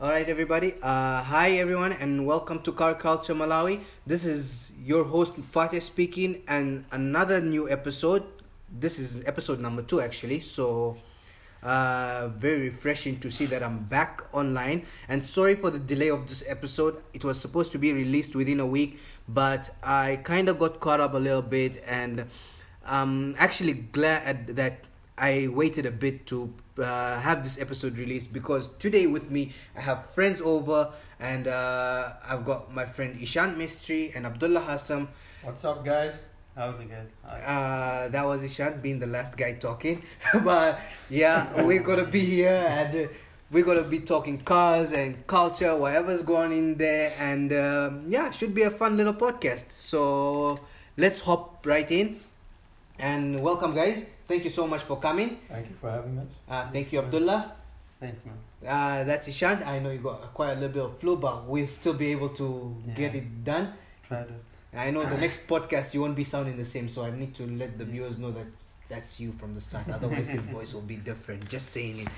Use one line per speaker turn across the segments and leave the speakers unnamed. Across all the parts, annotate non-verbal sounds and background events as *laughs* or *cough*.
All right, everybody. Uh, hi, everyone, and welcome to Car Culture Malawi. This is your host Fatih speaking, and another new episode. This is episode number two, actually. So, uh, very refreshing to see that I'm back online. And sorry for the delay of this episode. It was supposed to be released within a week, but I kind of got caught up a little bit, and I'm actually glad that I waited a bit to uh, have this episode released because today with me I have friends over and uh, I've got my friend Ishan Mistry and Abdullah Hassam.
What's up, guys? How's it going?
Uh, that was Ishan being the last guy talking, *laughs* but yeah, we're gonna be here and uh, we're gonna be talking cars and culture, whatever's going in there, and um, yeah, should be a fun little podcast. So let's hop right in and welcome, guys. Thank you so much for coming.
Thank you for having us.
Uh, thank you, Abdullah.
Thanks, man.
Uh, that's Ishan. I know you got quite a little bit of flu, but we'll still be able to get
Yeah.
it done.
Try to.
I know the next podcast you won't be sounding the same, so I need to let the viewers know that that's you from the start. Otherwise, his voice will be different. Just saying it.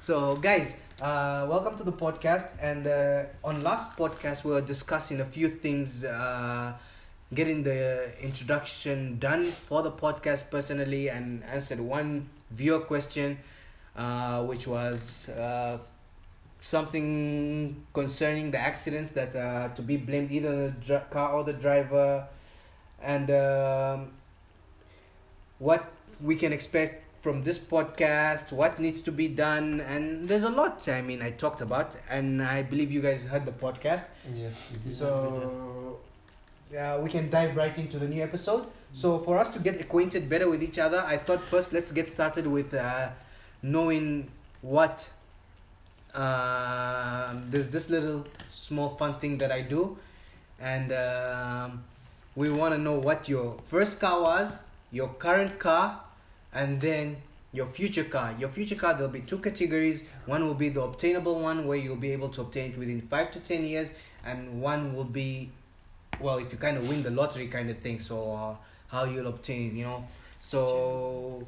So, guys, uh, welcome to the podcast. And uh, on last podcast, we were discussing a few things, uh, getting the introduction done for the podcast personally, and answered one viewer question, uh, which was. Uh, something concerning the accidents that uh, to be blamed either the dr- car or the driver and um, what we can expect from this podcast what needs to be done and there's a lot i mean i talked about and i believe you guys heard the podcast
Yes. we do.
so uh, we can dive right into the new episode. So for us to get acquainted better with each other, I thought first let's get started with uh, knowing what. Um, there's this little small fun thing that I do, and um, we want to know what your first car was, your current car, and then your future car. Your future car, there'll be two categories. One will be the obtainable one, where you'll be able to obtain it within five to ten years, and one will be, well, if you kind of win the lottery kind of thing, so uh, how you'll obtain, you know. So,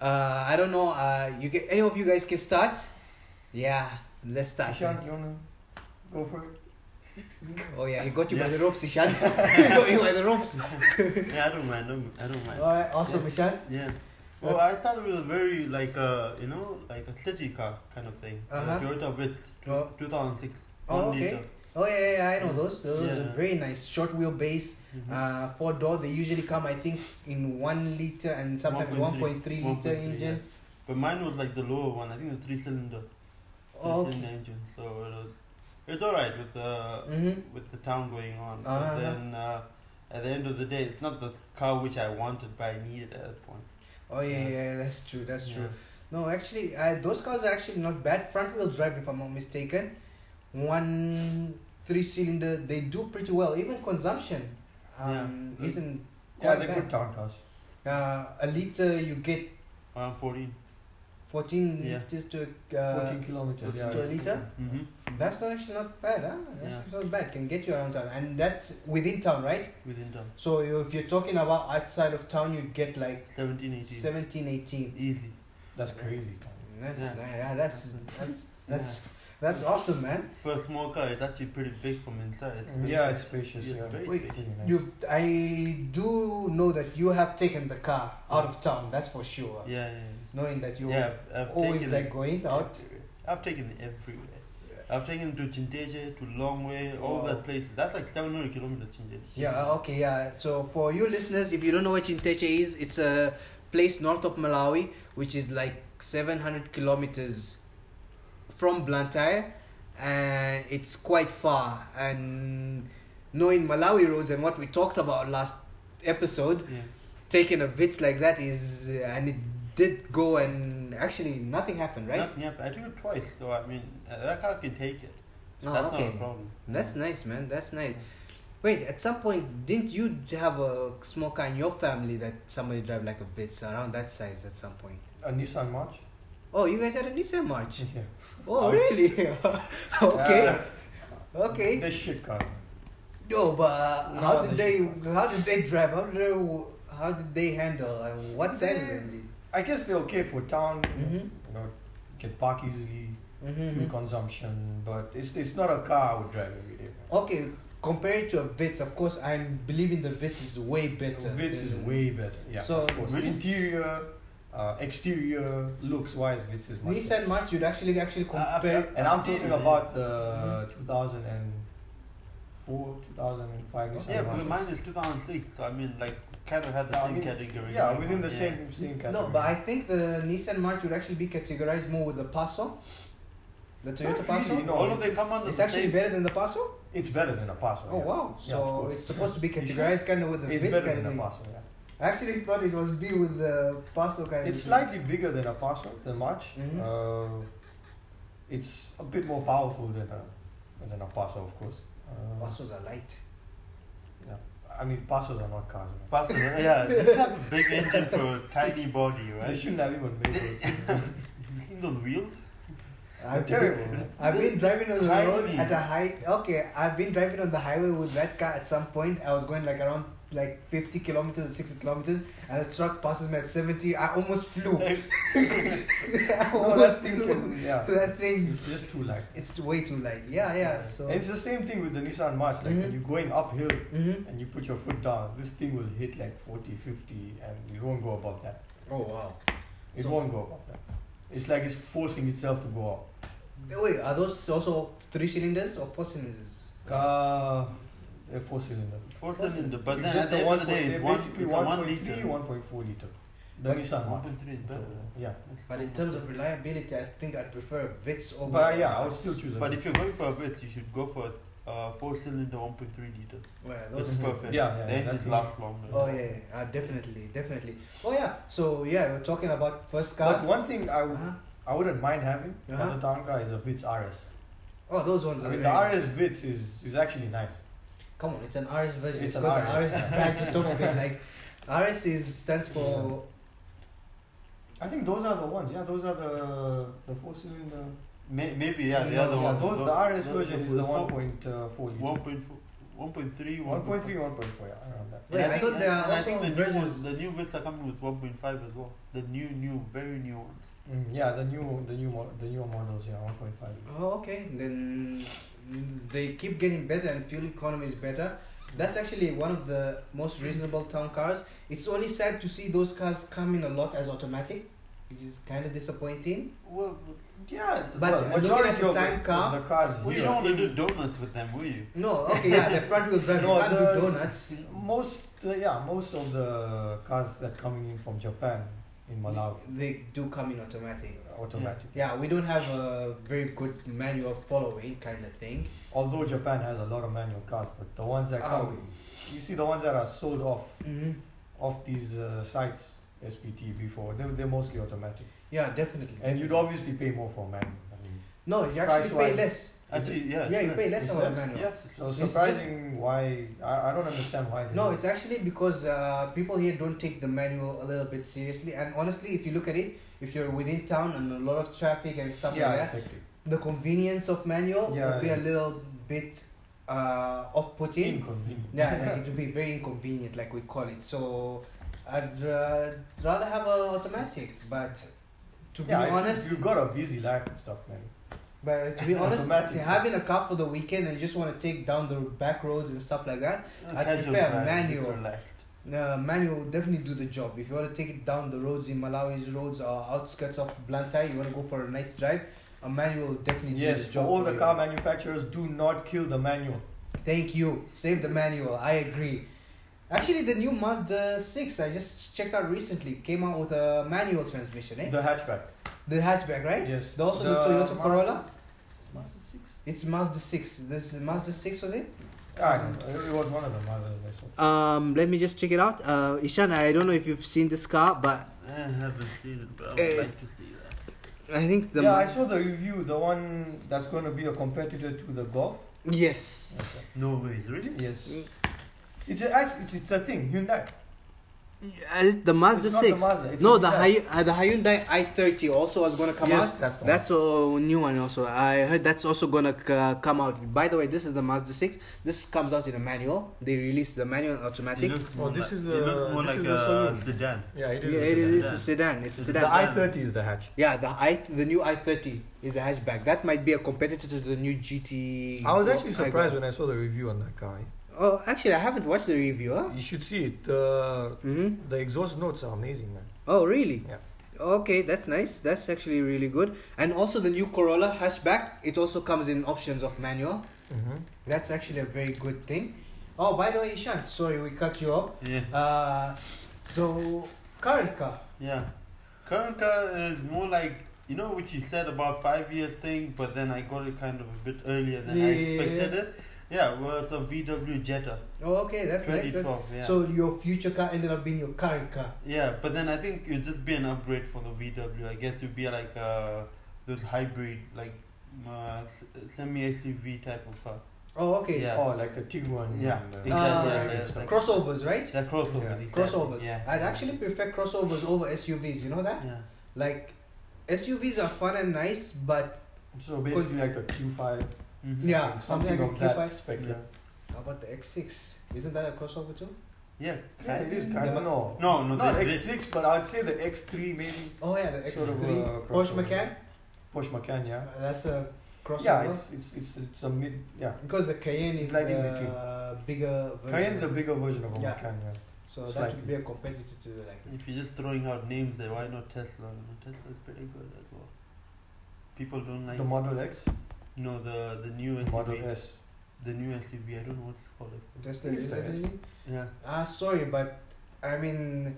uh, I don't know. Uh, you get any of you guys can start. Yeah, let's start.
Ishan, you wanna go for it?
Oh yeah, he got you by
Yeah.
the ropes,
*laughs*
Ishan. he got *laughs* you by the ropes.
Yeah, I don't mind. don't- I don't mind.
Alright, awesome, Ishan.
Yeah. Well, I started with a very like uh, you know like a city car kind of thing. Uh,
Uh-huh.
Toyota Vitz,
Oh.
2006.
Oh,
one
okay.
liter.
Oh yeah, yeah, yeah, I know those. Those are
Yeah.
very nice. Short wheelbase,
Mhm.
uh, four door. They usually come, I think, in one liter and sometimes one
1.3,
point three liter
1.3,
engine.
yeah. But mine was like the lower one. I think the three cylinder,
Oh,
three cylinder engine. So it was it's all right with the
Mm-hmm.
with the town going on.
Uh-huh.
But then uh, at the end of the day, it's not the car which I wanted, but I needed at that point.
Oh yeah, yeah,
Yeah.
yeah, that's true. That's
Yeah.
true. No, actually, uh, those cars are actually not bad. Front wheel drive, if I'm not mistaken. One three cylinder, they do pretty well. Even consumption, um,
Yeah.
isn't
Yeah,
quite
they're good
bad.
town cars.
Uh, a liter, you get
Around 14.
fourteen
Yeah.
liters to. Uh,
14 kilometers. Yeah.
to a liter?
Mm-hmm.
That's not actually not bad, huh? That's
Yeah.
not bad. Can get you around town, and that's within town, right?
Within town.
So you- if you're talking about outside of town, you'd get like
17, 18.
17, 18.
Easy.
That's crazy.
That's
Yeah.
ni- yeah, that's
*laughs*
that's that's
Yeah.
that's awesome, man.
For a small car, it's actually pretty big from inside. It's very
Yeah, it's spacious.
Yes,
Yeah.
very
Wait,
spacious.
Really nice.
You, I do know that you have taken the car out of town. That's for sure.
Yeah, yeah.
Knowing that
yeah.
you
yeah I've, I've
always
taken
like
it
going out.
everywhere. I've taken it everywhere. I've taken it to Chinteje, to Longway, all
Wow.
that places. That's like 700 kilometers, Chinteje.
Yeah, uh, okay, yeah. So for you listeners, if you don't know what Chinteche is, it's a place north of Malawi, which is like 700 kilometers from Blantyre, and it's quite far. And knowing Malawi roads and what we talked about last episode,
Yeah.
taking a bit like that is, and it did go, and actually nothing happened, right?
Not, yeah, but I took it twice, so I mean, uh, that car can take it.
Oh,
That's not a problem.
That's nice, man. That's nice. Wait, at some point, didn't you have a small car in your family that somebody drive like a Vitz around that size at some point?
A Nissan March. *laughs*
Oh, you guys had a Nissan
*laughs*
March.
Yeah.
Oh,
Ouch.
really? *laughs* okay,
Yeah.
okay.
This shit car.
No, but uh,
No,
how did
they
they?
should
How did they drive? How did they? How did they handle? And what size
They-
engine?
I guess they're okay for town.
Mhm.
You know, can park easily.
Mhm.
fuel consumption, but it's it's not a car I would drive every day. man.
Okay, compared to a Vitz, of course, I'm believing the Vitz is way better.
Vitz is
than-
way better. Yeah,
So-
of course.
Really?
Interior, uh, exterior, looks wise, Vitz is much.
Nissan March, you'd actually actually
Uh, I- I've-
compare.
better. And I'm talking about the
Mhm.
2004, 2005. Nissan
Yeah, because
Marches.
mine is 2006. So I mean, like, kind of had the
Yeah, I
same
mean-
category.
Yeah, within the
Yeah.
same same category.
No, but I think the Nissan March would actually be categorized more with the Paso, the Toyota
Not
Paso.
really, no,
All of
it's-
them come under
It's
the
actually
same.
better than the Paso.
it's better than a Paso.
Oh
yeah.
wow!
Yeah,
So
of course.
it's supposed
*laughs*
to be
should.
categorized kind of with the
It's
Vitz
better
kind
than
of
a
thing.
Paso.
I
Yeah.
actually thought it was B with the Paso kind.
It's
of
slightly bigger than a Paso, than March.
Mhm.
Uh, it's a bit more powerful than a than a Paso, of course. Uh,
Pasos are light.
Yeah. I mean, Pasos are not cars. Man.
Paso, yeah, these have a big engine for a tiny body,
They
right?
shouldn't have even made
*laughs*
those.
You've seen those wheels?
They're *laughs*
I've been,
terrible.
*laughs*
man.
I've been driving on the
High
road
speed.
at a high. Okay, I've been driving on the highway with that car. At some point, I was going like around like 50 kilometers or 60 kilometers, and a truck passes me at 70. I almost
*laughs*
flew. *laughs* I
No,
almost
that thing
flew.
can, yeah.
*laughs*
That thing.
It's just too light.
It's way too light. Yeah, yeah. So.
And it's the same thing with the Nissan March. Like
Mhm.
when you're going uphill
Mm-hmm.
and you put your foot down, this thing will hit like 40, 50, and it won't go above that.
Oh wow.
It
So-
won't go above that. It's like it's forcing itself to go up.
Wait, are those also three cylinders or four cylinders?
Uh, they're four cylinder.
Four cylinder, but
You
then
get
at the end
one
of the
point-
day,
they're
it's one,
basically
it's a one
1.3,
liter.
1.4 liter. The
But-
Nissan one.
1.3 is better.
Yeah.
But in terms of reliability, I think I'd prefer a Vitz over.
But uh, yeah, I would still choose a
Oh, But
Vitz.
if you're going for a bit, you should go for a uh, four cylinder 1.3 liter.
Well, *laughs*
That's
those
Mhm.
perfect.
Yeah, yeah,
The
yeah,
engine
that-
lasts longer.
Oh yeah, yeah, yeah, uh, definitely, definitely. Oh yeah, so yeah, we're talking about first
But
cars.
one thing I, w-
Uh-huh.
I wouldn't mind having
Uh-huh.
as a town car is a Vitz RS.
Oh, those ones.
I
are
mean,
very-
the RS Vitz is, is actually nice.
Come on, it's an RS version. It's
It's an
got the
RS.
RS badge on top of it. Like, RS is stands for
I think those are the ones. Yeah, those are the the four cylinder.
May, maybe, yeah, the other one.
Those, the RS version is the
four-
1.4 liter.
1.4 1.3,
1.3,
1.4.
1.4, yeah, around that.
And
Wait, I
think-
thought there
and-
are
and I
also
think the new
versions-
ones, the new bits are coming with 1.5 as well. The new, new, very new ones.
Mm, yeah, the new, the new, mo- the newer models, yeah, 1.5.
Oh, okay. Then mm, they keep getting better, and fuel economy is better. That's actually one of the most reasonable town cars. It's only sad to see those cars come in a lot as automatic, which is kind of disappointing.
Well,
Yeah,
But looking at the tank car-
the cars
well you
here,
don't want to do donuts with them, will you?
*laughs* No, okay, yeah, the front wheel drive you
No,
can't
the-
do donuts.
most uh, yeah, most of the cars that coming in from Japan in Malawi
They do come in automatic.
are automatic.
Yeah, we don't have a very good manual following kind of thing.
Although Japan has a lot of manual cars, but the ones that
Oh.
come, you see the ones that are sold off
Mm-hmm.
off these uh, sites SPT before, they they're mostly automatic,
Yeah, definitely.
and you'd obviously pay more for manual. I mean,
no, you actually pay
Price-wise.
less.
Actually, yeah.
Yeah,
it's
you
nice.
pay less
It's
on a
less,
manual.
Yeah.
so
It's just-
surprising why I, I don't understand why they
No,
do
it's actually because uh, people here don't take the manual a little bit seriously. And honestly, if you look at it, if you're within town and a lot of traffic and
it.
stuff
yeah
like that,
exactly.
the convenience of manual
Yeah,
will be a
yeah.
little bit uh, off-putting.
Inconvenient. *laughs*
yeah, like it will be very inconvenient, like we call it. So I'd uh, rather have a automatic. But to
Yeah,
be
if
honest,
you've got a busy life and stuff, man.
But to be honest,
*laughs* Automatic.
having a car for the weekend and you just want to take down the back roads and stuff like that, I
Casual
prefer
drive, just
manual.
relaxed.
uh, manual will definitely do the job. If you want to take it down the roads in Malawi's roads or outskirts of Blantyre, you want to go for a nice drive, a manual will definitely do
Yes,
the
for
job.
all the
you.
car manufacturers, do not kill the manual.
Thank you. Save the manual. I agree. Actually, the new Mazda 6 I just checked out recently came out with a manual transmission, eh?
The hatchback.
The hatchback, right?
Yes.
The- also the Toyota
Mazda-
Corolla?
Mazda six?
It's Mazda 6. This Mazda 6 was it?
Ah, I don't know. it was one of the Mazda. I saw.
Um, let me just check it out. Uh, Ishan, I don't know if you've seen this car, but
I haven't seen it, but I would
Eh.
like to see that.
I think the
yeah, I saw the review. The one that's going to be a competitor to the Golf.
yes.
Okay.
No ways, really?
Yes.
Mm.
It's a, it's, it's a thing. Hyundai.
Uh, the Mazda
It's not the
6.
Mazda, it's
no,
a
the, Hy-
Hyundai.
uh, the Hyundai i30 also was going to come
Yes,
out.
that's the one.
That's a new one also. I heard that's also going to c- come out. By the way, this is the Mazda 6. This comes out in a manual. They released the manual and automatic.
It looks
Oh,
more
this
like,
is
it
the-
looks more
this
like
is the
a
saloon.
sedan.
Yeah, it
Mm-hmm.
is.
yeah,
a
it
sedan.
is
sedan.
a sedan. It's a
It's
The
sedan.
that-
i30 is the hatch.
yeah, the i the new i30 is a hatchback. That might be a competitor to the new GT.
I was
Go-
actually surprised when I saw the review on that car.
Oh, actually, I haven't watched the review. Huh?
You should see it. The
Mm-hmm.
the exhaust notes are amazing, man.
Oh, really?
Yeah.
Okay, that's nice. That's actually really good. And also the new Corolla hatchback, it also comes in options of manual.
Mm-hmm.
That's actually a very good thing. Oh, by the way, Ishan, sorry we cut you off.
Yeah.
Uh, so current car.
Yeah. Current car is more like you know what you said about five years thing, but then I got it kind of a bit earlier than I
Yeah.
expected it. Yeah, well, it's a VW Jetta,
Oh, okay, that's nice. that's-
2012. Yeah.
So your future car ended up being your current car.
yeah, but then I think it'd just be an upgrade for the VW. I guess it'd be like uh, those hybrid, like uh, semi SUV type of car.
Oh, okay.
Yeah.
Oh, like the Tiguan.
Yeah.
and,
Exactly.
Uh,
yeah,
yeah,
yeah,
it's
like-
Crossovers, right?
They're crossovers.
Yeah.
exactly,
Crossovers.
Yeah.
I'd actually prefer crossovers over SUVs. You know that?
Yeah.
Like, SUVs are fun and nice, but
So basically, like the Q5.
Mhm.
Yeah,
like
something
something
like
of
a Q5.
that spec. Yeah.
how about the X6? Isn't that a crossover too?
Yeah.
Yeah, it is kind
The-
of no.
No, no,
Not
they- they-
X6, but I'd say the X3 maybe.
Oh yeah, the X3
Sort of a
Porsche
crossover.
Macan.
Porsche Macan, yeah.
That's a crossover.
Yeah, it's, it's it's it's a mid. Yeah,
because the Cayenne is
It's like
the
in between.
bigger. Version.
Cayenne's a bigger version of a
Yeah.
Macan. Yeah.
So that
slightly.
would be a competitor to the like.
If you're just throwing out names there, why not Tesla? You know, Tesla is pretty good as well. People don't like
The Model X,
no the the new SUV.
Model S.
The new SUV. I don't know what it's called. I forgot.
Just the
It's the S.
SUV?
*laughs*
Yeah.
Ah, sorry, but I mean,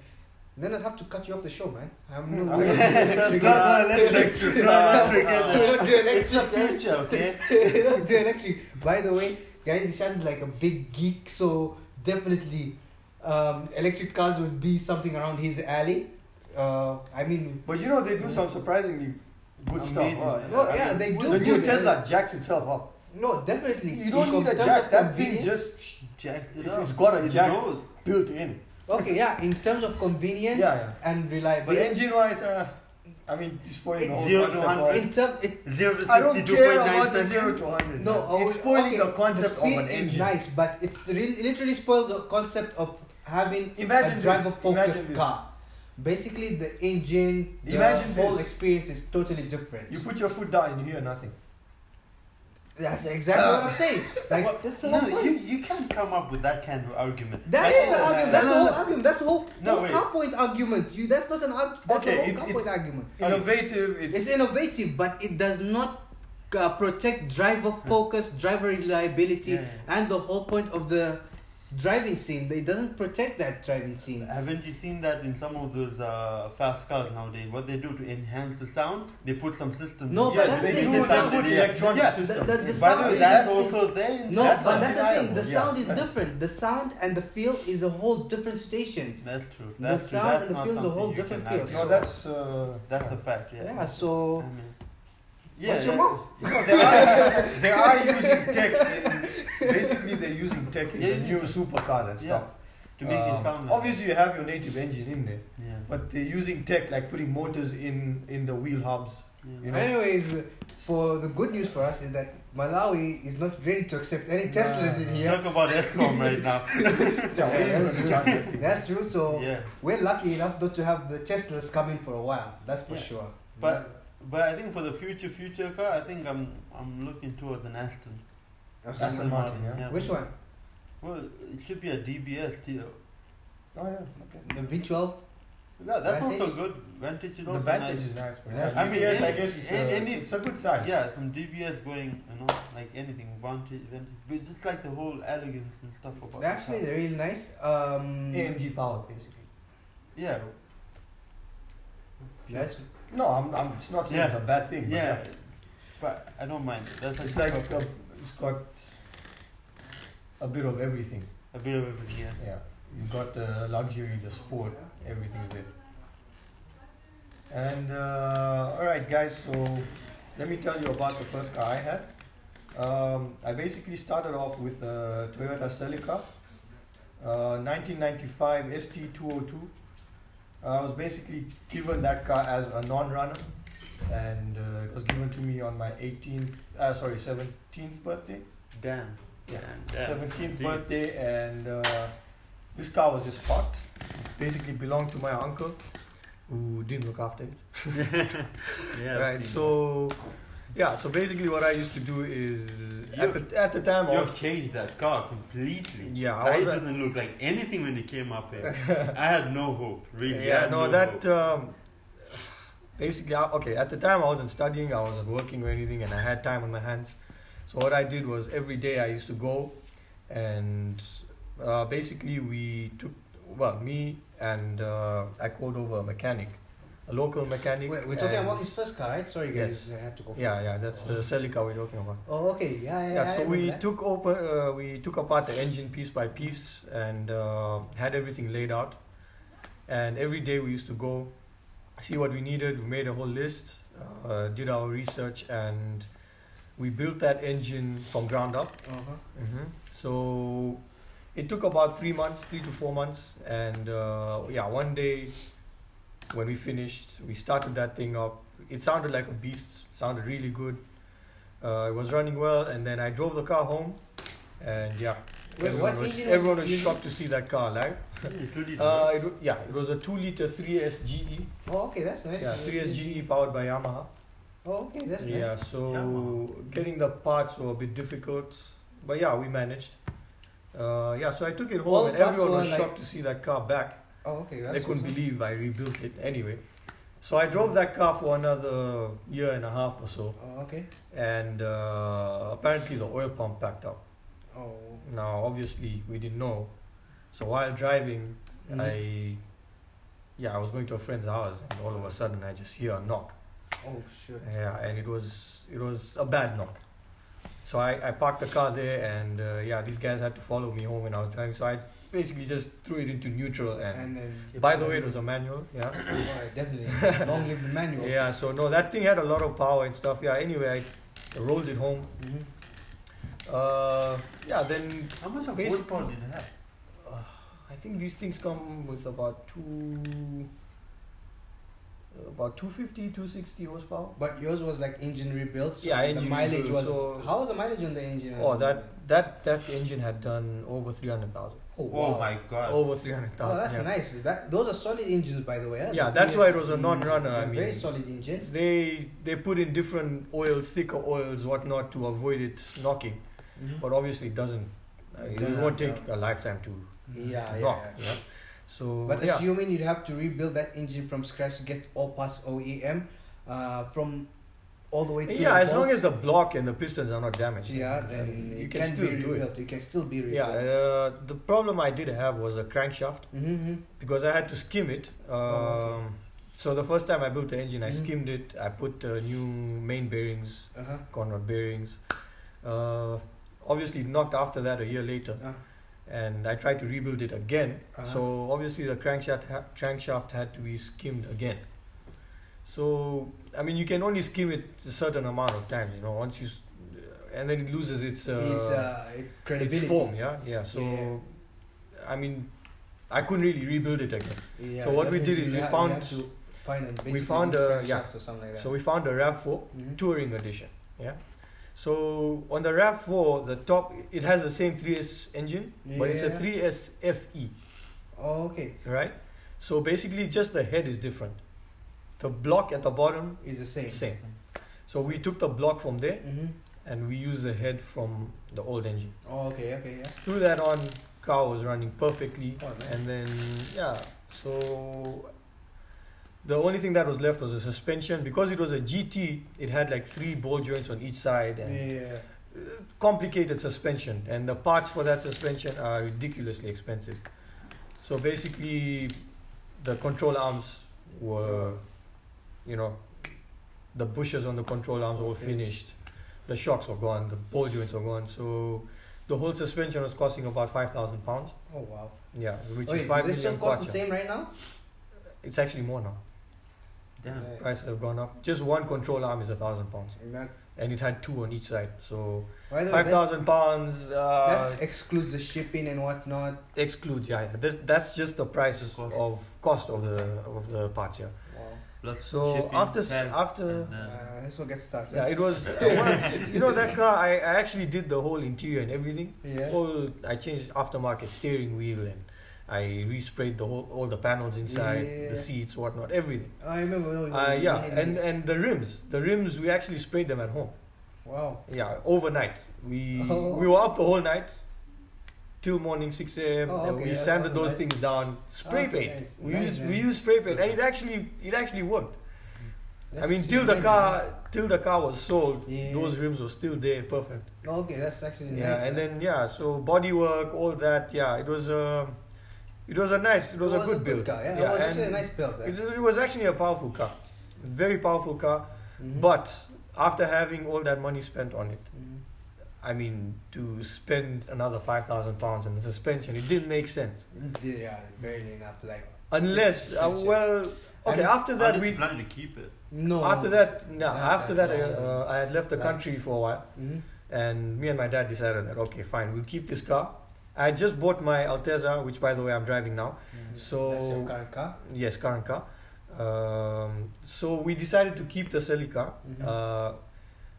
then I'd have to cut you off the show, man. I'm
*laughs*
Mm,
not.
*laughs* I
we're
mean,
not doing
it's
electric.
not electric.
*laughs*
We're
Not
not
electric.
we're not doing
It's the
electric.
future, okay?
*laughs* We're not doing electric. By the way, guys, he sounded like a big geek, so definitely, um, electric cars would be something around his alley. Uh, I mean,
But you know they do some surprisingly good
Amazing.
stuff. huh?
No,
I
yeah,
mean,
they do
The new
good.
Tesla jacks itself up.
No, definitely.
You don't
In
need a
terms of
jack. That thing
convenience-
just
Jacked it
It's-
up.
it's got a
It
jack.
knows.
built in.
Okay, yeah. In terms of convenience
Yeah, yeah.
and
But
reliability.
engine wise, uh, I mean, you're spoiling the whole
Zero to
concept.
hundred.
of-
in term, it,
Zero to
I don't care
62.9
about the
seconds.
zero to hundred.
no,
yeah.
oh,
it's spoiling
okay,
the concept
speed
of an
is
engine.
nice, but it's really, literally spoiled the concept of having
Imagine
a
this, imagine
driver-focused
this.
car. Basically, the engine, the
Imagine
whole
this.
experience is totally different.
You put your foot down and you hear nothing.
that's exactly
Uh,
what I'm saying. Like that's the
no,
whole point.
you, you can't come up with that kind of argument.
That
Like,
is
oh,
an argument.
man.
That's the
No, no,
whole
no.
argument. That's the whole,
No,
whole
wait.
car point argument. You that's not an argument. That's
Okay,
a whole
it's-
car
it's-
point argument.
Innovative. It's,
It's innovative, but it does not uh, protect driver focus, driver reliability,
Yeah, yeah, yeah.
and the whole point of the driving scene. It doesn't protect that driving scene.
Haven't you seen that in some of those uh, fast cars nowadays? What they do to enhance the sound, they put some systems.
No,
in
Oh, but
place
yes,
that's
to
the thing,
they
the
do. They
sound-
put
Yeah.
electronic
Yeah,
the-
system.
the- the
By
sound
the
is
way, that's
actually-
also there. in
No,
that
but
one.
that's the thing. The
reliable, yeah.
sound is
That's-
different. The sound and the feel is a whole different station.
That's true.
The
That's true.
sound
That's
and the
not
feel is a
something
whole
you
different
can
feel.
argue.
no, that's uh,
That's a fact. Yeah.
Yeah, so
I mean,
watch your mouth.
No, they are they are *laughs* using tech. In, basically, they're using tech in
Yeah,
the
yeah.
new supercars and
Yeah,
stuff
to make it
Um,
sound. like-
Obviously, you have your native engine in there,
Yeah.
but they're using tech like putting motors in in the wheel hubs.
yeah.
You know.
Anyways, for the good news for us is that Malawi is not ready to accept any Teslas in here.
*laughs* Talk about Escom right now.
Yeah, what are you
that's
gonna
true.
charge that *laughs* thing?
That's true. *laughs* So
yeah.
We're lucky enough not to have the Teslas coming for a while. That's for
Yeah.
sure.
But but I think for the future future car, I think I'm I'm looking towards an Aston.
That's
Aston
fine.
Martin, yeah.
which one?
Well, it should be a DBS too.
Oh yeah,
The V12.
Yeah, that's also
Vantage?
good. Vantage is
okay. The
also
Vantage
nice.
is nice. but
Yeah.
Yeah.
I mean,
yes, I
any-
guess it's
any-
a,
any-
it's a good size.
Yeah, from DBS going, you know, like anything, Vantage, Vantage, but just like the whole elegance and stuff about. the
They're actually
car.
they're really nice. Um,
AMG powered basically.
yeah,
that's-
No, I'm, I'm, it's not saying
Yeah.
it's a bad thing. but
yeah, but I don't mind. That's
It's
like,
like a, it's got a bit of everything.
a bit of everything. Yeah.
Yeah, you got the luxury, the sport, everything's there. And uh, all right, guys. So let me tell you about the first car I had. Um, I basically started off with a Toyota Celica. Uh, 1995 ST202. Uh, oh I was basically given that car as a non-runner, and uh, it was given to me on my 18th, uh, sorry, 17th birthday.
Damn.
Yeah.
Damn.
17th
Dude.
birthday and uh, this car was just parked basically belonged to my uncle who didn't look after *laughs* it
yeah. I've
right
seen
so yeah so basically what i used to do is at
You've-
the, at the time
that. you have
of
changed that car completely.
Yeah, I
I it
was a-
doesn't look like anything when it came up here.
*laughs*
I had no hope, really. I
yeah
had
no
hope.
that um, basically I, okay at the time i wasn't studying i wasn't working or anything and i had time on my hands so what i did was every day i used to go and uh, basically we took well me and uh, i called over a mechanic a local mechanic
Wait, we're talking
and-
about his first car, right? Sorry, guys, I had to go. for
Um, yeah
it.
yeah that's the Celica we're talking about
Oh, okay. Yeah, yeah.
yeah,
I
so
remember
we
that.
took open, uh, we took apart the engine piece by piece and uh, had everything laid out. And every day we used to go see what we needed. We made a whole list, uh, did our research, and we built that engine from ground up.
Uh-huh.
Mm-hmm. So it took about three months, three to four months, and uh, yeah, one day when we finished, we started that thing up. It sounded like a beast. Sounded really good. Uh, it was running well, and then I drove the car home, and yeah,
Wait,
everyone
what
was,
engine was
everyone
it
was
using?
shocked to see that car live.
Hmm, it really
Uh,
does.
it, wa- yeah, it was a two liter three SGE.
Oh, okay, that's nice.
Yeah, three SGE powered by Yamaha.
Oh, okay, that's nice.
Yeah, so getting the parts were a bit difficult, but yeah, we managed. Uh, yeah, so I took it home,
All
and
parts
everyone
were
was
like-
shocked to see that car back.
Oh, okay. That's
they couldn't
awesome.
believe I rebuilt it anyway. So I drove that car for another year and a half or so,
Oh, okay.
and uh, apparently the oil pump packed up.
Oh.
Now, obviously, we didn't know. So while driving,
Mhm.
I yeah, I was going to a friend's house, and all of a sudden, I just hear a knock.
Oh, shit.
Yeah, and it was it was a bad knock. So I, I parked the car there, and uh, yeah, these guys had to follow me home when I was driving. So I basically just threw it into neutral, and,
And then.
by the way, it was a manual. Yeah,
Oh,
*laughs*
definitely. Long live the manuals.
yeah. So no, that thing had a lot of power and stuff. Yeah. Anyway, I rolled it home.
Mhm.
Uh, yeah. Then
How much of
basically-
wood pound did it have?
I think these things come with about two, about 250, 260 horsepower.
But yours was like engine rebuilt. So
Yeah,
The
engine
mileage
rebuilt,
was.
so-
How was the mileage on the engine?
Oh, that that that engine had done over three hundred thousand.
Oh,
Oh,
wow.
my god.
Over three hundred
Oh,
thousand.
that's
yeah.
nice. That those are solid engines, by the way. eh?
Yeah,
The
that's why it was a
VSD,
non-runner, I
they're
mean.
very solid engines.
They they put in different oils, thicker oils, whatnot, to avoid it knocking. But obviously, it doesn't. uh, It
Doesn't,
won't take
yeah.
a lifetime to,
Mm.
Yeah,
to
yeah.
knock.
yeah.
yeah. So
But
yeah,
assuming you'd have to rebuild that engine from scratch to get all past OEM, uh, from all the way to
yeah.
the
As long
bolts,
as the block and the pistons are not damaged.
yeah,
uh,
then
you
it
can,
can,
still
be
do it.
rebuilt. It can still be
Yeah.
rebuilt.
Uh, the problem I did have was a crankshaft
mm-hmm.
because I had to skim it. Um,
Oh, okay.
So the first time I built the engine, I
Mhm.
skimmed it. I put uh, new main bearings,
Uh huh.
Conrad bearings. Uh, obviously, it knocked after that a year later,
Uh,
and I tried to rebuild it again.
Uh-huh.
So obviously, the crankshaft ha- crankshaft had to be skimmed again. So I mean, you can only skim it a certain amount of times. You know, once you, s- and then it loses its uh,
it's uh, it- credibility.
its form. Yeah, yeah. So I mean, I couldn't really rebuild it again.
Yeah,
So what we did
definitely.
is we
You ha- you
found-
have to find a
we
basically
found
new
a-
crankshaft
yeah.
or something like that.
So we found a Rav Four.
Mhm.
touring edition. Yeah. So on the RAV4, the top it has the same 3S engine, but it's a
Mm-hmm. Yeah.
3S FE,
Oh, okay,
E, right? So basically, just the head is different. The block at the bottom,
it's the same.
same. So we took the block from there
Mm-hmm.
and we used the head from the old engine.
Oh, okay, okay, yeah.
Threw that on, car was running perfectly,
Oh, nice.
and then yeah. So the only thing that was left was the suspension because it was a GT. It had like three ball joints on each side, and
yeah.
complicated suspension and the parts for that suspension are ridiculously expensive so basically the control arms were you know the bushes on the control arms were
Finished.
finished the shocks were gone the ball joints were gone so the whole suspension was costing about 5000 pounds
Oh wow.
yeah which
Wait,
is 5
do they still
million
cost the
kwacha.
same right now?
it's actually more now
Damn.
prices have gone up just one control arm is a thousand pounds
Not
and it had two on each side. So
By the way,
five
that's,
thousand pounds uh,
that excludes the shipping and whatnot.
excludes. Yeah, yeah. This, that's just the price
The cost.
of cost of the of the parts. Yeah.
Wow.
Plus
So
shipping,
after s-
tax,
after-
and then-
Uh, let's not get started.
Yeah, it was. you know that car. I, I actually did the whole interior and everything.
Yeah.
Whole I changed aftermarket steering wheel and I resprayed the whole all the panels inside,
Yeah.
the seats, whatnot, everything.
I remember. no, it
Uh,
was
yeah,
really
and
nice.
and the rims. The rims we actually sprayed them at home.
wow.
Yeah, overnight. We
Oh.
we were up the whole night till morning six a.m.
Oh,
and
okay,
we
that
sanded
wasn't
those
bad.
things down. Spray
Okay,
paint.
Ah, nice,
We
nice,
use we
nice.
use spray paint, and it actually it actually worked. I
That's
mean, till
actually
the
nice,
car till the car was sold,
Yeah.
those rims were still there, perfect.
man. Oh, okay, that's actually
yeah,
nice,
and
man.
then yeah, so bodywork, all that. Yeah, it was a, it was a nice, it was, a good build.
car. Yeah, it was actually a
and
nice build.
It, it was actually a powerful car, very powerful car.
Mhm.
But after having all that money spent on it,
Mhm.
I mean, to spend another five thousand pounds on the suspension, it didn't make sense.
Mm-hmm. yeah, barely enough. Like
Unless, uh,
Suspension.
well,
And
okay, after
I
that
just
we.
plan to keep it.
no.
After that, no.
Not
After
that
that, I,
long.
uh, I had left the
Like-
*laughs* country for a while,
hmm
and me and my dad decided that okay fine we'll keep this car i had just bought my alteza which by the way i'm driving now So-
that's your current car.
yes current car um, so we decided to keep the Selly car
Mhm.
uh,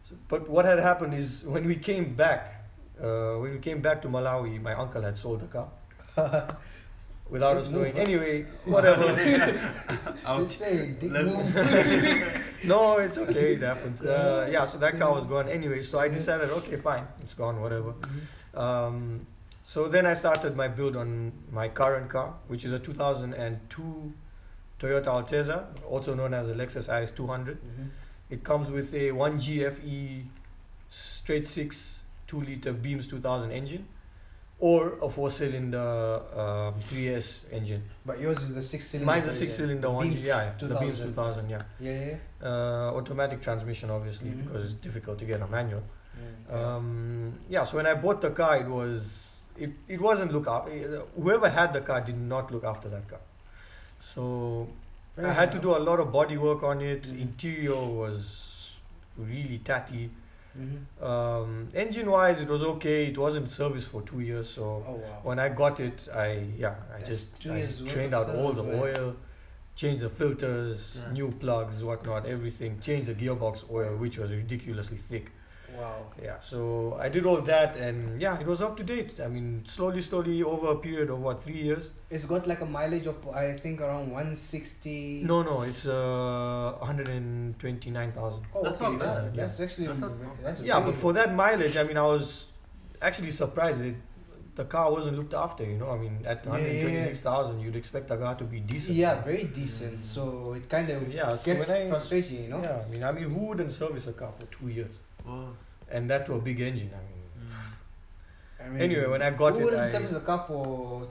so- but what had happened is when we came back uh, when we came back to malawi my uncle had sold the car without us
Good move,
knowing anyway *laughs* whatever
*laughs* Ouch.
Just saying, big
Let- *laughs*
*laughs*
move.
no it's okay it happens uh, yeah so that car was gone anyway so i decided okay fine it's gone whatever Um, so then I started my build on my current car, which is a 2002 Toyota Alteza, also known as a Lexus IS 200.
Mhm.
It comes with a 1GFE E straight six 2 liter Beams 2000 engine or a four cylinder uh, 3S engine.
But yours is the six cylinder.
Mine's a
version.
six cylinder one,
Beams
yeah, the Beams
2000.
2000, yeah.
Yeah, yeah.
Uh, automatic transmission, obviously,
Mhm.
because it's difficult to get a manual.
Mm, okay.
Um, yeah, so when I bought the car, it was it, it wasn't look up. Whoever had the car did not look after that car. So
Fair
I had to
enough.
do a lot of body work on it.
Mhm.
Interior was really tatty.
Mhm.
Um, engine wise, it was okay. It wasn't serviced for two years, so
Oh wow.
when I got it, I yeah, I
That's
just
two
I
years' worth
trained
of
out all
service,
the
man.
oil, changed the filters,
Yeah.
new plugs, whatnot, everything. Changed the gearbox oil, which was ridiculously thick.
Wow.
Yeah, so I did all that, and yeah, it was up to date. I mean, slowly, slowly over a period of what three years.
It's got like a mileage of I think around 160.
No, no, it's uh, one hundred and twenty nine thousand.
Oh,
That's
okay.
not
that's,
bad.
that's actually
That's not-
that's
Yeah,
really
but for that mileage, I mean, I was actually surprised that the car wasn't looked after. You know, I mean, at
Yeah,
one hundred twenty six thousand, you'd expect the car to be decent.
yeah, very decent. So it kind of
yeah. So
gets
when I,
frustrating, you know.
yeah, I mean, I mean, who wouldn't service a car for two years,
Wow.
and that to a big engine? I mean,
Oh, Mm.
I mean,
Anyway, when I got
who
it,
wouldn't
I-
service the car for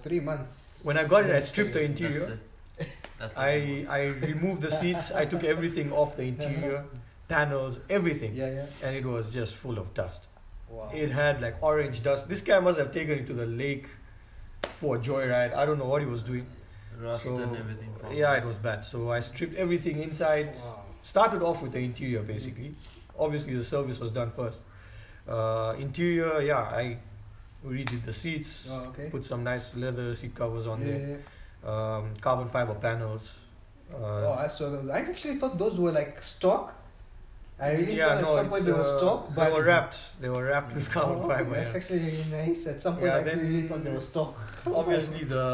three months?
when I got it, I
That's
stripped the
true.
interior.
That's it. That's
I, I removed the seats, I took everything off the
*laughs*
interior, panels, everything.
Yeah, yeah. Oh.
And it was just full of dust.
Wow.
It had like orange dust. This guy must have taken it to the lake for a joyride. I don't know what he was doing.
Rust
so,
and everything. probably.
Yeah, it was bad. So I stripped everything inside.
Wow.
Started off with the interior basically. Obviously, the service was done first.
Mm-hmm.
Uh, interior, yeah, I redid the seats,
Oh, okay.
put some nice leather seat covers on
yeah,
there,
yeah.
um, carbon fiber panels. Uh,
oh, I saw those. I actually thought those were like stock. I really
yeah,
thought
no,
at some point
it's,
they were
uh,
stock,
they
but
were wrapped. They were wrapped with
Oh,
carbon
okay,
fiber.
That's
yeah.
actually really nice. At some point,
Yeah,
I actually
then-
really thought they were stock.
Obviously, the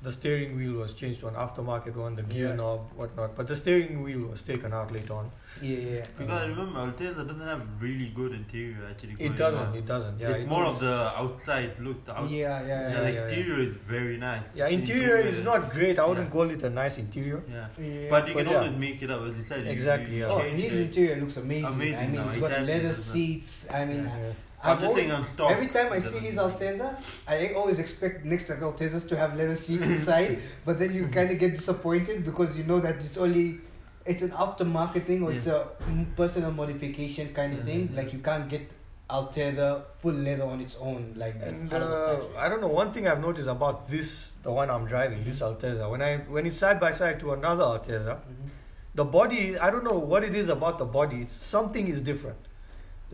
the steering wheel was changed to an aftermarket one, the gear
Yeah.
knob, whatnot. But the steering wheel was taken out later on.
Yeah, yeah.
Because I remember Alteza doesn't have really good interior actually.
It
going
doesn't.
on.
It doesn't. Yeah,
it's
it
more
was-
of the outside look. The
Yeah,
out-
yeah, yeah.
the
yeah, yeah.
exterior is very nice.
Yeah, interior is not great. I wouldn't
yeah.
call it a nice interior.
Yeah.
yeah.
But you
But
can
yeah.
always make it up as you said. you-
Exactly,
you
yeah.
oh,
change
his
it.
interior looks amazing. I
Amazing,
mean,
no,
he's got
exactly,
leather
isn't it?
seats. I mean,
Yeah.
I'm
I've
just saying
always,
I'm stock.
every time I see
Doesn't-
his Alteza, I always expect next like Altezas to have leather seats inside.
*laughs*
but then you kind of get disappointed because you know that it's only. It's an aftermarket thing or it's a m- personal modification kind of
Mm-hmm.
thing. Like you can't get Alteza full leather on its own. Like
And
out of the
uh,
factory.
I don't know. One thing I've noticed
Mm-hmm.
about this, the one I'm driving, this Alteza, when I when it's side by side to another Alteza,
Mhm.
the body i don't know what it is about the body it's, something is different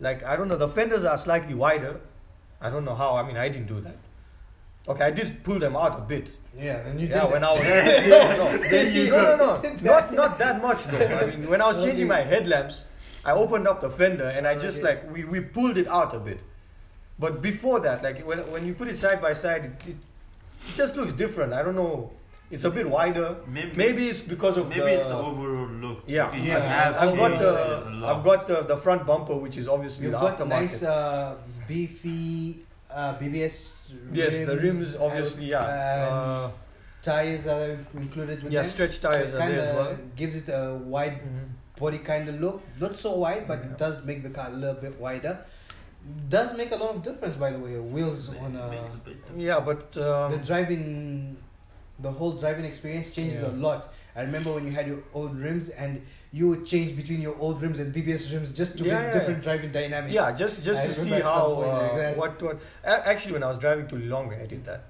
like i don't know the fenders are slightly wider i don't know how i mean i didn't do that okay i did pull them out a bit
Yeah, then you
yeah
did.
when
*laughs*
i was
Then you-
no no no no *laughs* not not that much though i mean when i was changing my headlamps i opened up the fender and i just
Okay.
like we, we pulled it out a bit but before that like when, when you put it side by side it, it, it just looks different i don't know it's a bit wider
Maybe-
maybe it's because of
Maybe
the,
it's the overall look.
yeah,
Okay, you
Yeah,
have uh,
I've
changed
got
it a
the
lot.
I've got the, the front bumper, which is obviously
You've
the
got
aftermarket.
nice uh, beefy uh, BBS.
yes, the rims obviously yeah.
and, uh,
Uh,
tires are included with
yeah,
them.
stretch tires
So
are
it
there as well. Mm-hmm.
kinda Gives it a wide body kind of look. Not so wide, but it does make the car a little bit wider. Does make a lot of difference, by the way. Wheels on
Makes a
a,
bit.
uh, Yeah, but
the
um,
driving, the whole driving experience changes a
Yeah.
lot. I remember when you had your old rims and you would change between your old rims and BBS rims just to
Yeah,
get
yeah,
different driving dynamics.
yeah, just just
I
to see
remember at some
how
point like
uh,
that.
what what. a- Actually, when I was driving to Lilongwe, I did that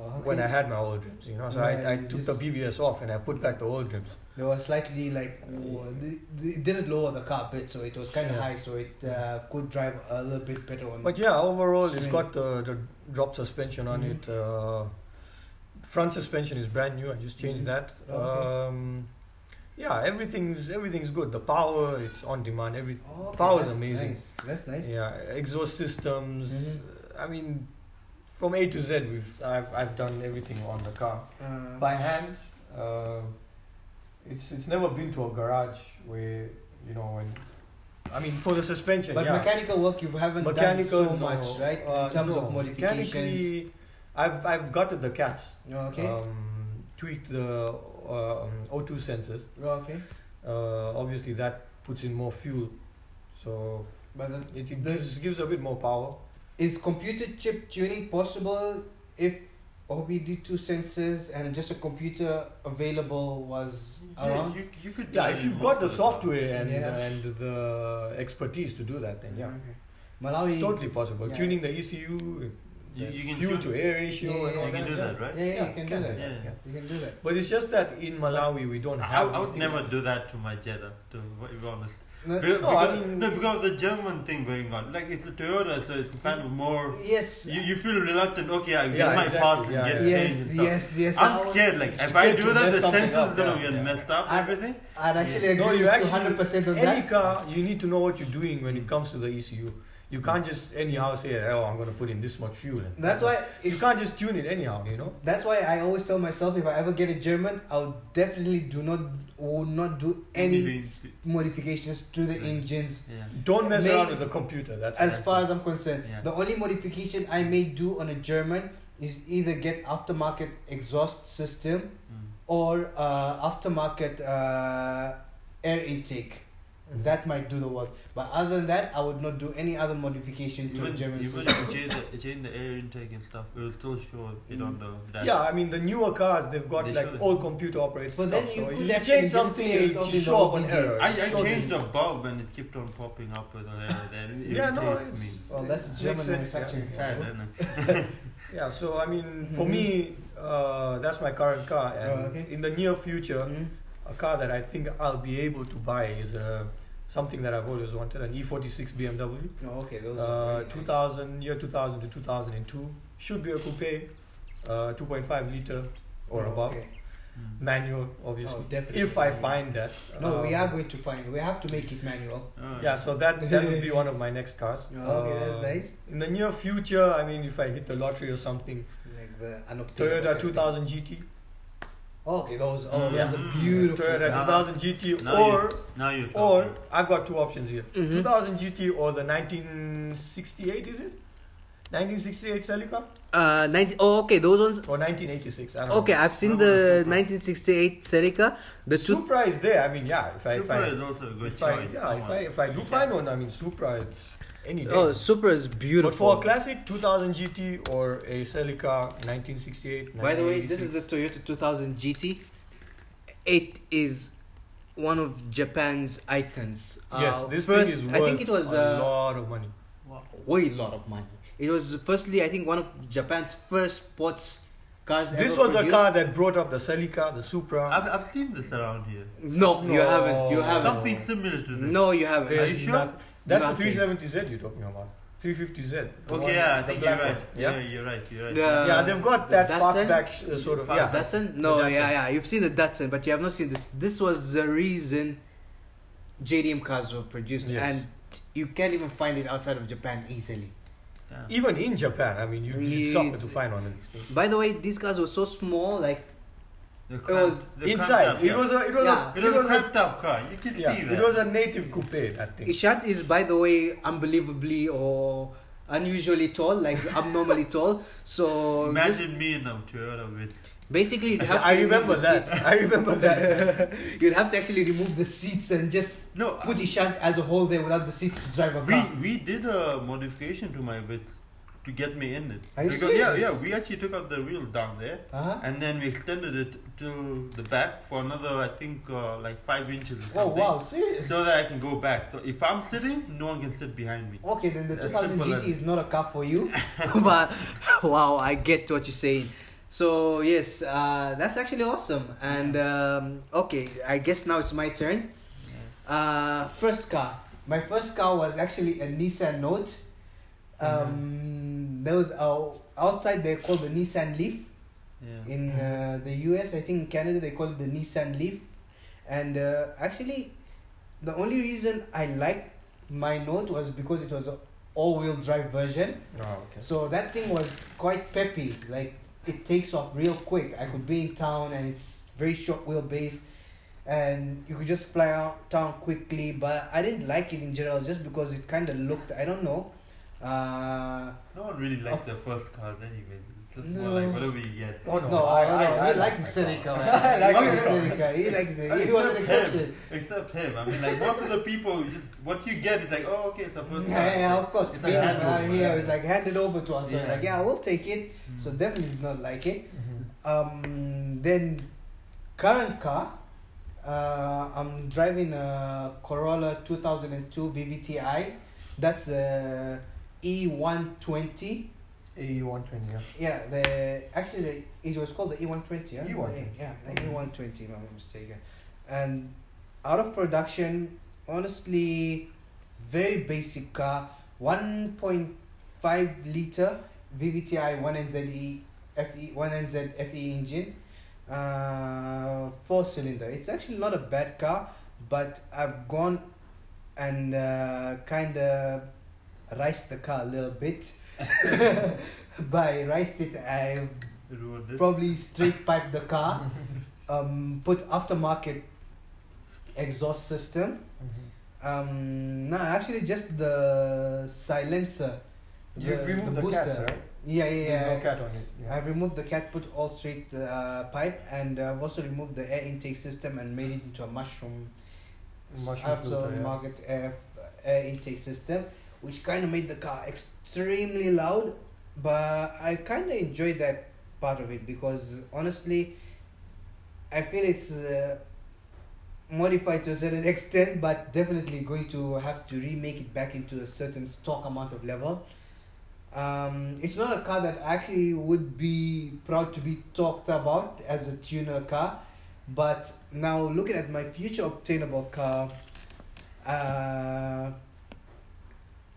Oh, okay.
when I had my old rims. You know, so
Yeah,
I, I
you
took the
just-
BBS off and I put back the old rims.
They were slightly like w- they- they didn't lower the car a bit, so it was kind of
Yeah.
high, so it uh, could drive a little bit better on.
But yeah, overall, it's
Swing.
got the, the drop suspension on
Mhm.
it. Uh, front suspension is brand new. I just changed
Mhm.
that.
Okay.
Um, yeah, everything's everything's good. The power, it's on demand. Every
Oh, okay,
Power's
that's
amazing.
Nice. That's nice.
yeah, exhaust systems.
Mhm.
I mean, from A to Z, we've I've I've done everything on the car
Uh,
by hand. Uh, it's it's never been to a garage where you know when. I mean, for the suspension,
but
yeah
mechanical work you haven't
mechanical
done so
no.
much, right?
Uh,
In terms
no.
of modifications.
Mechanically, I've I've gutted the cats.
Oh, okay.
Um, tweaked the um, O2 sensors.
Oh, okay.
Uh, obviously, that puts in more fuel, so
But the,
it, it gives gives a bit more power.
is computer chip tuning possible if OBD2 sensors and just a computer available was around?
You, you, you could.
Yeah,
do
if
it
you've
in
got the
most of
software and
Yeah.
and the expertise to do that, then yeah,
Okay. Malawi.
it's totally possible.
Mm-hmm. Yeah.
Tuning the ECU,
You-
the
you can
fuel
tune-
to air ratio,
Yeah, yeah,
and
yeah.
all
You can
that.
do
yeah.
that, right?
Yeah, yeah, you can do that.
Yeah.
yeah.
You can do that.
But it's just that in Malawi we don't
I,
have.
I
these
would
things.
never do that to my Jetta, to be honest.
No,
Be-
no, I
because-
mean-
no, because of the German thing going on. Like, it's a Toyota, so it's kind of more.
Yes.
You, you feel reluctant, okay, I get
Yeah,
my
exactly,
parts and
yeah,
get
yeah.
changed.
yes,
and stuff.
yes, yes.
I'm scared, like, if I
scared
do
to
that,
mess
the
something
sensors
up,
gonna
yeah,
get
yeah.
messed up,
I-
everything.
I'd actually agree
No,
with
you
you
actually
100% on
any
that.
car you need to know what you're doing when it comes to the ECU.
Mm.
You can't just anyhow say, "Oh, I'm going to put in this much fuel."
That's why
you
if,
can't just tune it anyhow. You know.
that's why I always tell myself if I ever get a German, I'll definitely do not will not do any
Anything.
modifications to the
Right.
engines
Yeah.
Don't mess
May-
around with the computer. That's
as
what I'm
far
saying.
as I'm concerned.
Yeah.
The only modification I may do on a German is either get aftermarket exhaust system
Mm.
or uh, aftermarket uh, air intake.
Mhm.
That might do the work. But other than that, I would not do any other modification to the
Even,
German
even
system.
if you change the, change the air intake and stuff, it will still show it on the dash.
yeah, I mean the newer cars they've got
They
like
should.
all computer operated
But
stuff.
then you
so
could
you
actually
change
just
something,
clear it
it'll
off in the
show up an
OBD.
error.
I,
It
I
shows
changed
it.
the bulb and it kept on popping up with the air
*laughs*
there. It
Yeah, no,
irritates
it's
me.
Well, that's
Makes
German
sense, yeah.
manufacturing.
Yeah.
sad, isn't
*laughs*
it?
Yeah, so I mean, for
Mhm.
me, uh, that's my current car, and
Oh, okay.
in the near future,
Mhm.
a car that I think I'll be able to buy is uh, something that I've always wanted, an E E46 BMW,
Oh, okay, those are
uh,
really nice.
2000 year 2000 to 2002, should be a coupe, uh, 2.5 liter or
Oh,
above,
okay.
Mm.
manual obviously.
Oh, definitely.
if I find that,
No, we
um,
are going to find. We have to make it manual.
Alright.
Yeah, so that that
*laughs*
would be one of my next cars.
Okay, that's
Um,
nice.
In the near future, I mean, if I hit the lottery or something,
Like the unobtainable
Toyota
kind.
2000 GT,
Oh, okay, those. Oh,
Yeah.
those are
Mm.
beautiful. Ah.
Toyota
cars.
2000 GT,
Now
or
you- now you're
Or
talking.
I've got two options here:
Mm-hmm.
Mhm.
2000 GT or the 1968 is it? 1968 Celica
Uh, 90, oh, okay, those ones.
or 1986? I don't
Okay,
know.
I've seen the 1968 Serica. The two.
Supra is there. I mean, yeah. If I if
Supra
I,
is also a good
if I
choice.
yeah if
Come
I
on.
if I do find one, I mean Supra it's any day.
Oh, Supra is
but for
beautiful.
a classic 2000 GT or a Celica 1968.
By the way, this is the Toyota 2000 GT. It is one of Japan's icons.
yes.
Uh,
This
first,
thing is
I think it was
a
uh,
lot of money.
way lot of money. It was firstly, I think one of Japan's first sports
cars.
This
ever
was a
produced?
car that brought up the Celica, the Supra.
I've, I've seen this around here.
No, you
No.
haven't. You haven't.
Something similar to this.
No, you haven't.
Are
There's
you sure?
noth- That's
Nothing.
the 370Z you're talking about. 350Z. the
Okay,
one-
yeah, I
the
think you're
black
right.
one.
Yeah.
Yeah.
you're right. You're right.
The-
Yeah, they've got that
Datsun?
fastback sh- uh, sort of.
Fast-
Yeah.
Datsun? No,
Datsun.
yeah, yeah. You've seen the Datsun, but you have not seen this. This was the reason JDM cars were produced,
Yes.
and you can't even find it outside of Japan easily.
Damn.
Even in Japan, I mean, you, you suffer to find one of these things.
By the way, these cars were so small, like
The
It was
cramped- the
Inside,
cramped
it
up
was a, it was
Yeah.
a,
car. It was a
a,
cramped up car. You can
yeah,
see that.
it was a native coupe. That thing.
Ishad is, by the way, unbelievably or unusually tall, like abnormally tall.
Oh,
So this-
Imagine me in a Toyota with.
basically, you'd have
I
to remove
remember
the
that. *laughs* I remember that.
seats. *laughs* you'd have to actually remove the seats and just
No, uh,
Put Ishan as a whole there without the seats to drive a
we
car.
we did a modification to my width to get me in it.
Are you
because, yeah,
serious?
yeah, we actually took out the wheel down there
Uh-huh.
and then we extended it to the back for another, I think, uh, like five inches. Or
Oh
something,
wow, serious?
uh,
So that I can go back. So if I'm sitting, no one can sit behind me.
Okay, then the
That's
2000
simple
GT is not a car for
*laughs*
you.
*laughs* but wow, I get what you're saying. So yes, uh, that's actually awesome. And um, okay, I guess now it's my turn. Uh, first car.
My first car was actually a Nissan Note. Um, There was a, outside they called the Nissan Leaf.
Yeah.
In uh, the US, I think in Canada they call it the Nissan Leaf. And uh, actually, the only reason I liked my Note was because it was an all-wheel drive version.
Oh, okay.
So that thing was quite peppy. Like it takes off real quick. I could be in town and it's very short wheelbase, and you could just fly out town quickly. But I didn't like it in general just because it kind of looked. I don't know. Uh,
No one really likes the first car anyway. It's just
No.
more like whatever you get.
Oh no,
no,
I,
no,
I,
no,
I
he liked
my
Seneca.
car.
*laughs* man.
I like
he liked
my car.
Seneca. He liked
I
Seneca.
mean,
He was an
except
exception.
him. Except him. I mean, like most of the people, you just what you get is like, oh, okay, it's the first car.
*laughs* Yeah, yeah, of course.
It's
It's
like hand over,
yeah,
yeah.
it's like handed over to us. So
Yeah.
like, yeah, we'll take it.
Mm.
So definitely did not like it.
Mhm.
Um, then current car, uh, I'm driving a Corolla 2002 VVTi. That's a E E120.
AE120. Yeah.
Yeah, the actually the, it was called the E E120. Yeah,
E120.
Yeah, the E120, if I'm not mistaken. And out of production, honestly, very basic car. 1.5 liter VVTi 1NZE FE 1NZ FE E engine, uh, four cylinder. It's actually not a bad car, but I've gone and uh, kind of riced the car a little bit. *laughs* By riced it, I've
Ruined it.
probably straight pipe the car, um, put aftermarket exhaust system.
Mm-hmm.
Um, no, actually, just the silencer.
You've removed the, cats, right?
Yeah, yeah, yeah.
There's no cat on it. Yeah.
I've removed the cat put all straight uh, pipe and I've also removed the air intake system and made it into a mushroom
Mushroom filter, yeah.
market air, air intake system which kind of made the car extremely loud but I kind of enjoyed that part of it because honestly I feel it's uh, modified to a certain *laughs* extent but definitely going to have to remake it back into a certain stock amount of level um, it's not a car that actually would be proud to be talked about as a tuner car, but now looking at my future obtainable car, uh,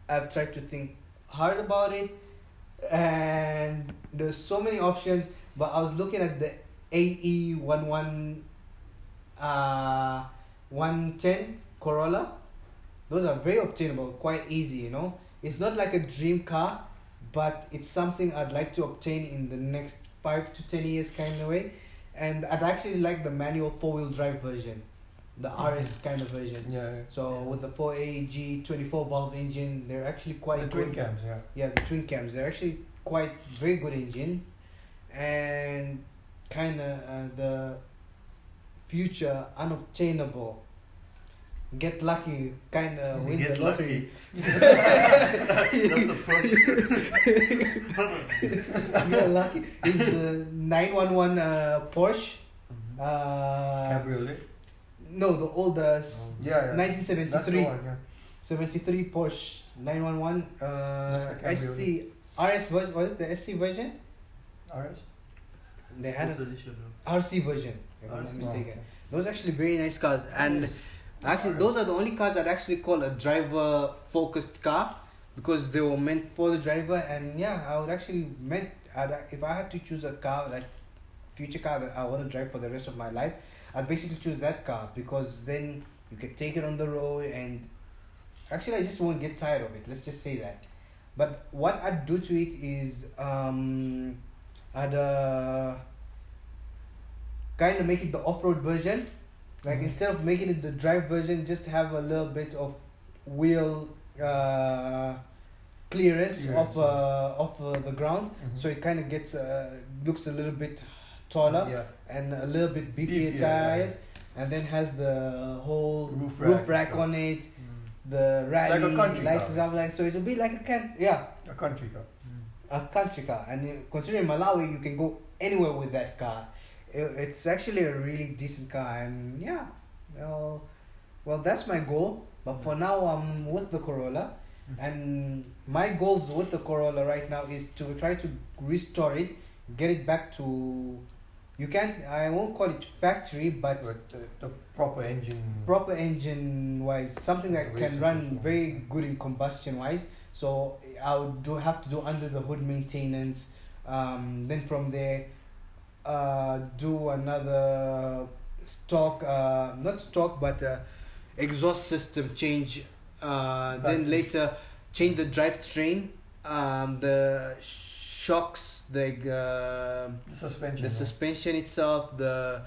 I've tried to think hard about it, and there's so many options. But I was looking at the AE one one, uh, one ten Corolla. Those are very obtainable, quite easy, you know. It's not like a dream car, but it's something I'd like to obtain in the next five to ten years, kind of way. And I'd actually like the manual four wheel drive version, the RS kind of version.
yeah, yeah.
So with the four AEG twenty four valve engine, they're actually quite
the
good.
twin cams. Yeah.
Yeah, the twin cams. They're actually quite very good engine, and kind of uh, the future unobtainable. Get lucky, kind of win
Get
the lottery.
lucky. That's the
*laughs*
first.
we are lucky. It's the 911 uh, Porsche. Uh,
Cabriolet.
no, the old uh, s-
Yeah, yeah. That's the
1973
one. Yeah.
73 Porsche 911
That's the
uh,
Cabriolet.
SC RS version. Was it the SC version?
RS.
They *laughs* had
It's
an
delicious, bro.
RC version, if I'm not
RC.
mistaken. Those actually very nice cars, and actually
Alright.
those are the only cars that actually call a driver focused car because they were meant for the driver. And yeah, I would actually meant I'd, if I had to choose a car like future car that I want to drive for the rest of my life, I'd basically choose that car because then you can take it on the road and actually I just won't get tired of it. Let's just say that. But what I'd do to it is um, I'd uh, kind of make it the off-road version. Like
Mhm.
instead of making it the drive version, just have a little bit of wheel uh, clearance,
Clearance, Mm-hmm.
off uh, off uh, the ground, so it kind of gets uh, looks a little bit taller
Yeah.
and a little bit
Beefier,
beefier
yeah.
tires, and then has the whole
Roof
roof
rack
rack,
and stuff. Mm.
on it, the rally
Like a country
lights
car.
and stuff like so. It'll be like a can yeah
A country car.
Mm.
a country car, and uh, considering Malawi, you can go anywhere with that car. I- It's actually a really decent car, and yeah, well, well, that's my goal. But for now, I'm with the Corolla, and my goals with the Corolla right now is to try to restore it, get it back to. You can't. I won't call it factory, but
But the, the proper engine.
proper engine wise something that
Way
can
to
run
perform, yeah.
very good in combustion wise so i would do have to do under the hood maintenance um, then from there uh, do another stock uh, not stock but uh, exhaust system change uh, then
Right.
later change the drivetrain um, the shocks the uh,
the suspension.
the suspension itself the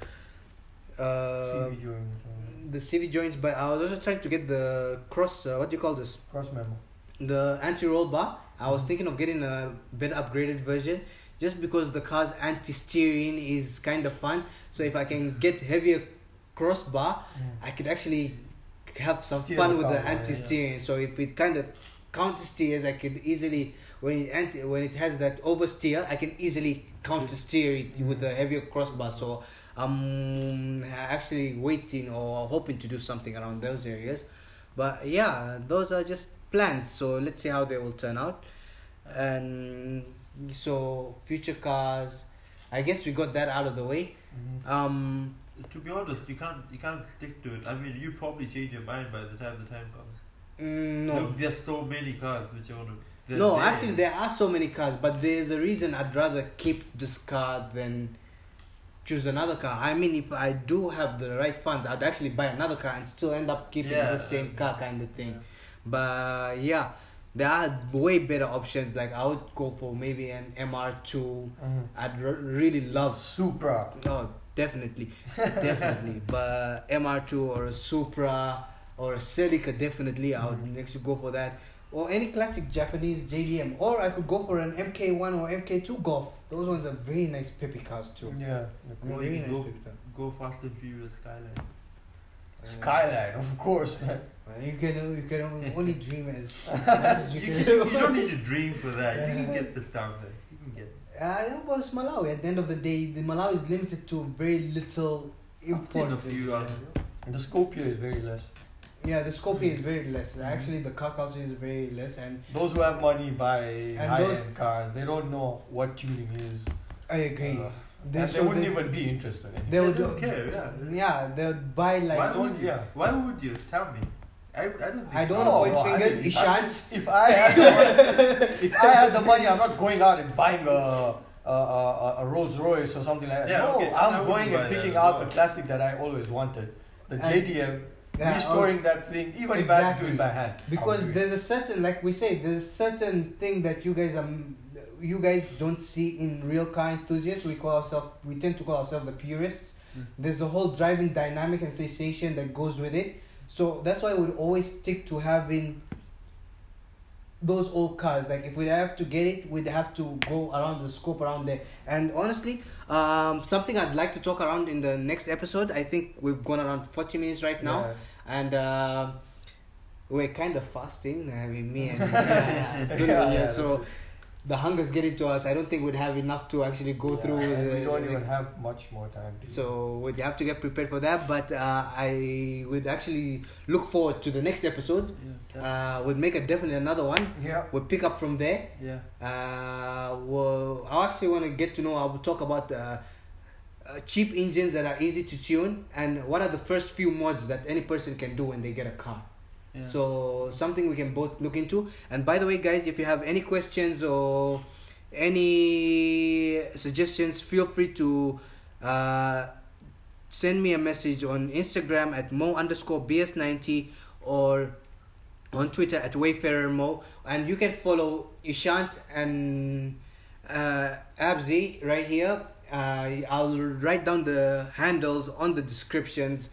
uh,
CV joint, uh,
the CV joints, but I was also trying to get the cross. Uh, what do you call this?
cross memo.
The anti-roll bar. I was thinking of getting a better upgraded version, just because the car's anti-steering is kind of fun. So if I can get heavier crossbar, I could actually have some
Steer the
fun with
car,
the
yeah,
anti-steering. So if it kind of counter-steers, I could easily when it anti, when it has that oversteer, I can easily counter-steer it with
Mm-hmm.
a heavier crossbar. So I'm actually waiting or hoping to do something around those areas. But yeah, those are just plans. So let's see how they will turn out. And so future cars, I guess we got that out of the way.
Mm-hmm.
Um,
To be honest, you can't you can't stick to it. I mean, you probably change your mind by the time the time comes.
mm, no,
Look, there's so many cars which I want to. there's
no.
there.
Actually, there are so many cars, but there's a reason I'd rather keep this car than choose another car. I mean, if I do have the right funds, I'd actually buy another car and still end up keeping
Yeah.
the same car, kind of thing. But yeah, there are way better options. Like I would go for maybe an MR2.
Mhm.
I'd re- really love.
Supra.
No, definitely,
*laughs*
definitely. But MR2 or a Supra or a Celica, definitely, I
Mm-hmm.
would actually go for that. Or any classic Japanese JDM. Or I could go for an MK1 or MK2 Golf. Those ones are very nice peppy cars
Mm.
too.
Yeah.
I mean,
Or
very
you
nice
can go,
peppy cars.
go fast and furious skyline.
Skyline, of course, man.
Uh, You can you can only- only dream
*laughs*
as much as
You,
you
can,
can.
you don't need to dream for that. You can get this down there. You can get.
*laughs* Uh, yeah, but it's Malawi. At the end of the day, the Malawi is limited to very little import.
Point of view, are-
The scope here is very less.
Yeah, the scope here is
Mm.
very less. Actually, the car culture is very less, and
Those who have money buy
And
high-end cars. They don't know what tuning is.
I agree.
Uh,
They-
and they
so
wouldn't
they-
even be interested in it.
They
They
would
don't care, yeah.
Yeah, they would buy like.
Why would you?
yeah.
Why would you? Tell me. I, I don't think
I don't
so.
want
No,
to point
no, Oh, I
fingers,
think-
Ishant.
If I had
*laughs*
the money, if I had the money, I'm not going out and buying a a, a, a Rolls Royce or something like that.
Yeah,
no,
okay, I
I'm
would
going
buy
and picking
that as
out
well.
the classic that I always wanted, the
And-
JDM.
Yeah, um,
restoring that thing, even if I had to do it by hand. I
because
would do it.
there's a certain, like we say, there's a certain thing that you guys are, you guys don't see in real car enthusiasts. We call ourselves, we tend to call ourselves the purists.
Mm.
There's a whole driving dynamic and sensation that goes with it. So that's why we would always stick to having those old cars. Like if we have to get it, we'd have to go around the scope around there. And honestly, um, something I'd like to talk around in the next episode. I think we've gone around forty minutes right now and uh, we're kind of fasting. uh, I mean, me
*laughs*
and yeah,
Yeah, yeah,
so the hunger's getting to us. I don't think we'd have enough to actually go
Yeah,
through.
and
the-
we don't
the
even
next-
have much more time. To
so we'd have to get prepared for that. But uh, I would actually look forward to the next episode.
Yeah.
Uh, we'll make a definitely another one.
yeah,
We'll pick up from there.
yeah.
Uh, well, I actually want to get to know. I will talk about uh, uh, cheap engines that are easy to tune, and what are the first few mods that any person can do when they get a car.
Yeah.
So something we can both look into. And by the way, guys, if you have any questions or any suggestions, feel free to uh, send me a message on Instagram at mo underscore bs90 or on Twitter at Wayfarer Mo, and you can follow Ishant and uh, Abzi right here. Uh, I'll write down the handles on the descriptions.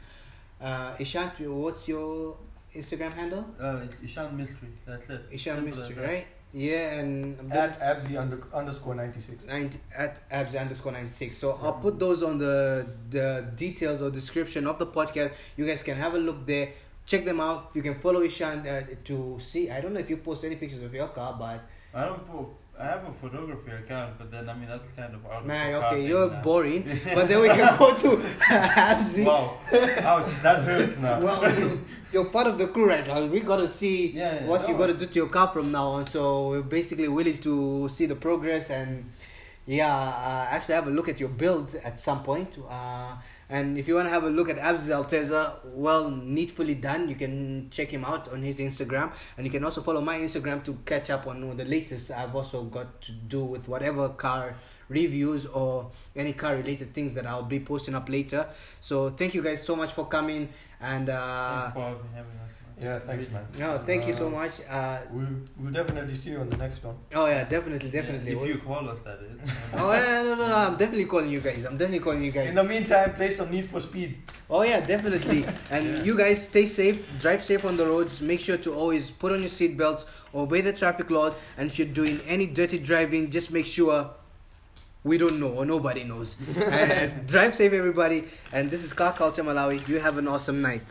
Uh, Ishant, what's your Instagram handle?
Uh, it's Ishan Mystery. That's it.
Ishant
Simple
Mystery,
as that.
right? Yeah, and Abdul-
At Abzi under, underscore 96.
90, at abs underscore 96 so i'll put those on the the details or description of the podcast you guys can have a look there check them out you can follow ishan uh, to see i don't know if you post any pictures of your car but
I don't po- I have a photography account, but then I mean that's kind of out.
man
of the car
okay
thing
you're
now.
boring
*laughs*
but then we can go to *laughs* abs
Wow! Ouch! That hurts now. *laughs*
well you, you're part of the crew right now we gotta see
Yeah, yeah,
what you
no.
gotta do to your car from now on so we're basically willing to see the progress and yeah uh, actually have a look at your build at some point uh, and if you want to have a look at Abs Alteza, well, neatfully done. You can check him out on his Instagram, and you can also follow my Instagram to catch up on the latest I've also got to do with whatever car reviews or any car related things that I'll be posting up later. So thank you guys so much for coming, and uh,
Thanks for having us. Man.
Yeah, thanks, man.
no, thank you so much. Uh,
We'll, we'll definitely see you on the next one.
oh yeah, definitely,
Yeah,
definitely.
If you call us, that is.
Oh yeah, no, no, no! I'm definitely calling you guys. I'm definitely calling you guys.
In the meantime, play some Need for Speed.
Oh yeah, definitely. And you guys stay safe, drive safe on the roads. Make sure to always put on your seatbelts, obey the traffic laws, and if you're doing any dirty driving, just make sure we don't know or
*laughs*
nobody knows. and drive safe, everybody. And this is Car Culture Malawi. You have an awesome night.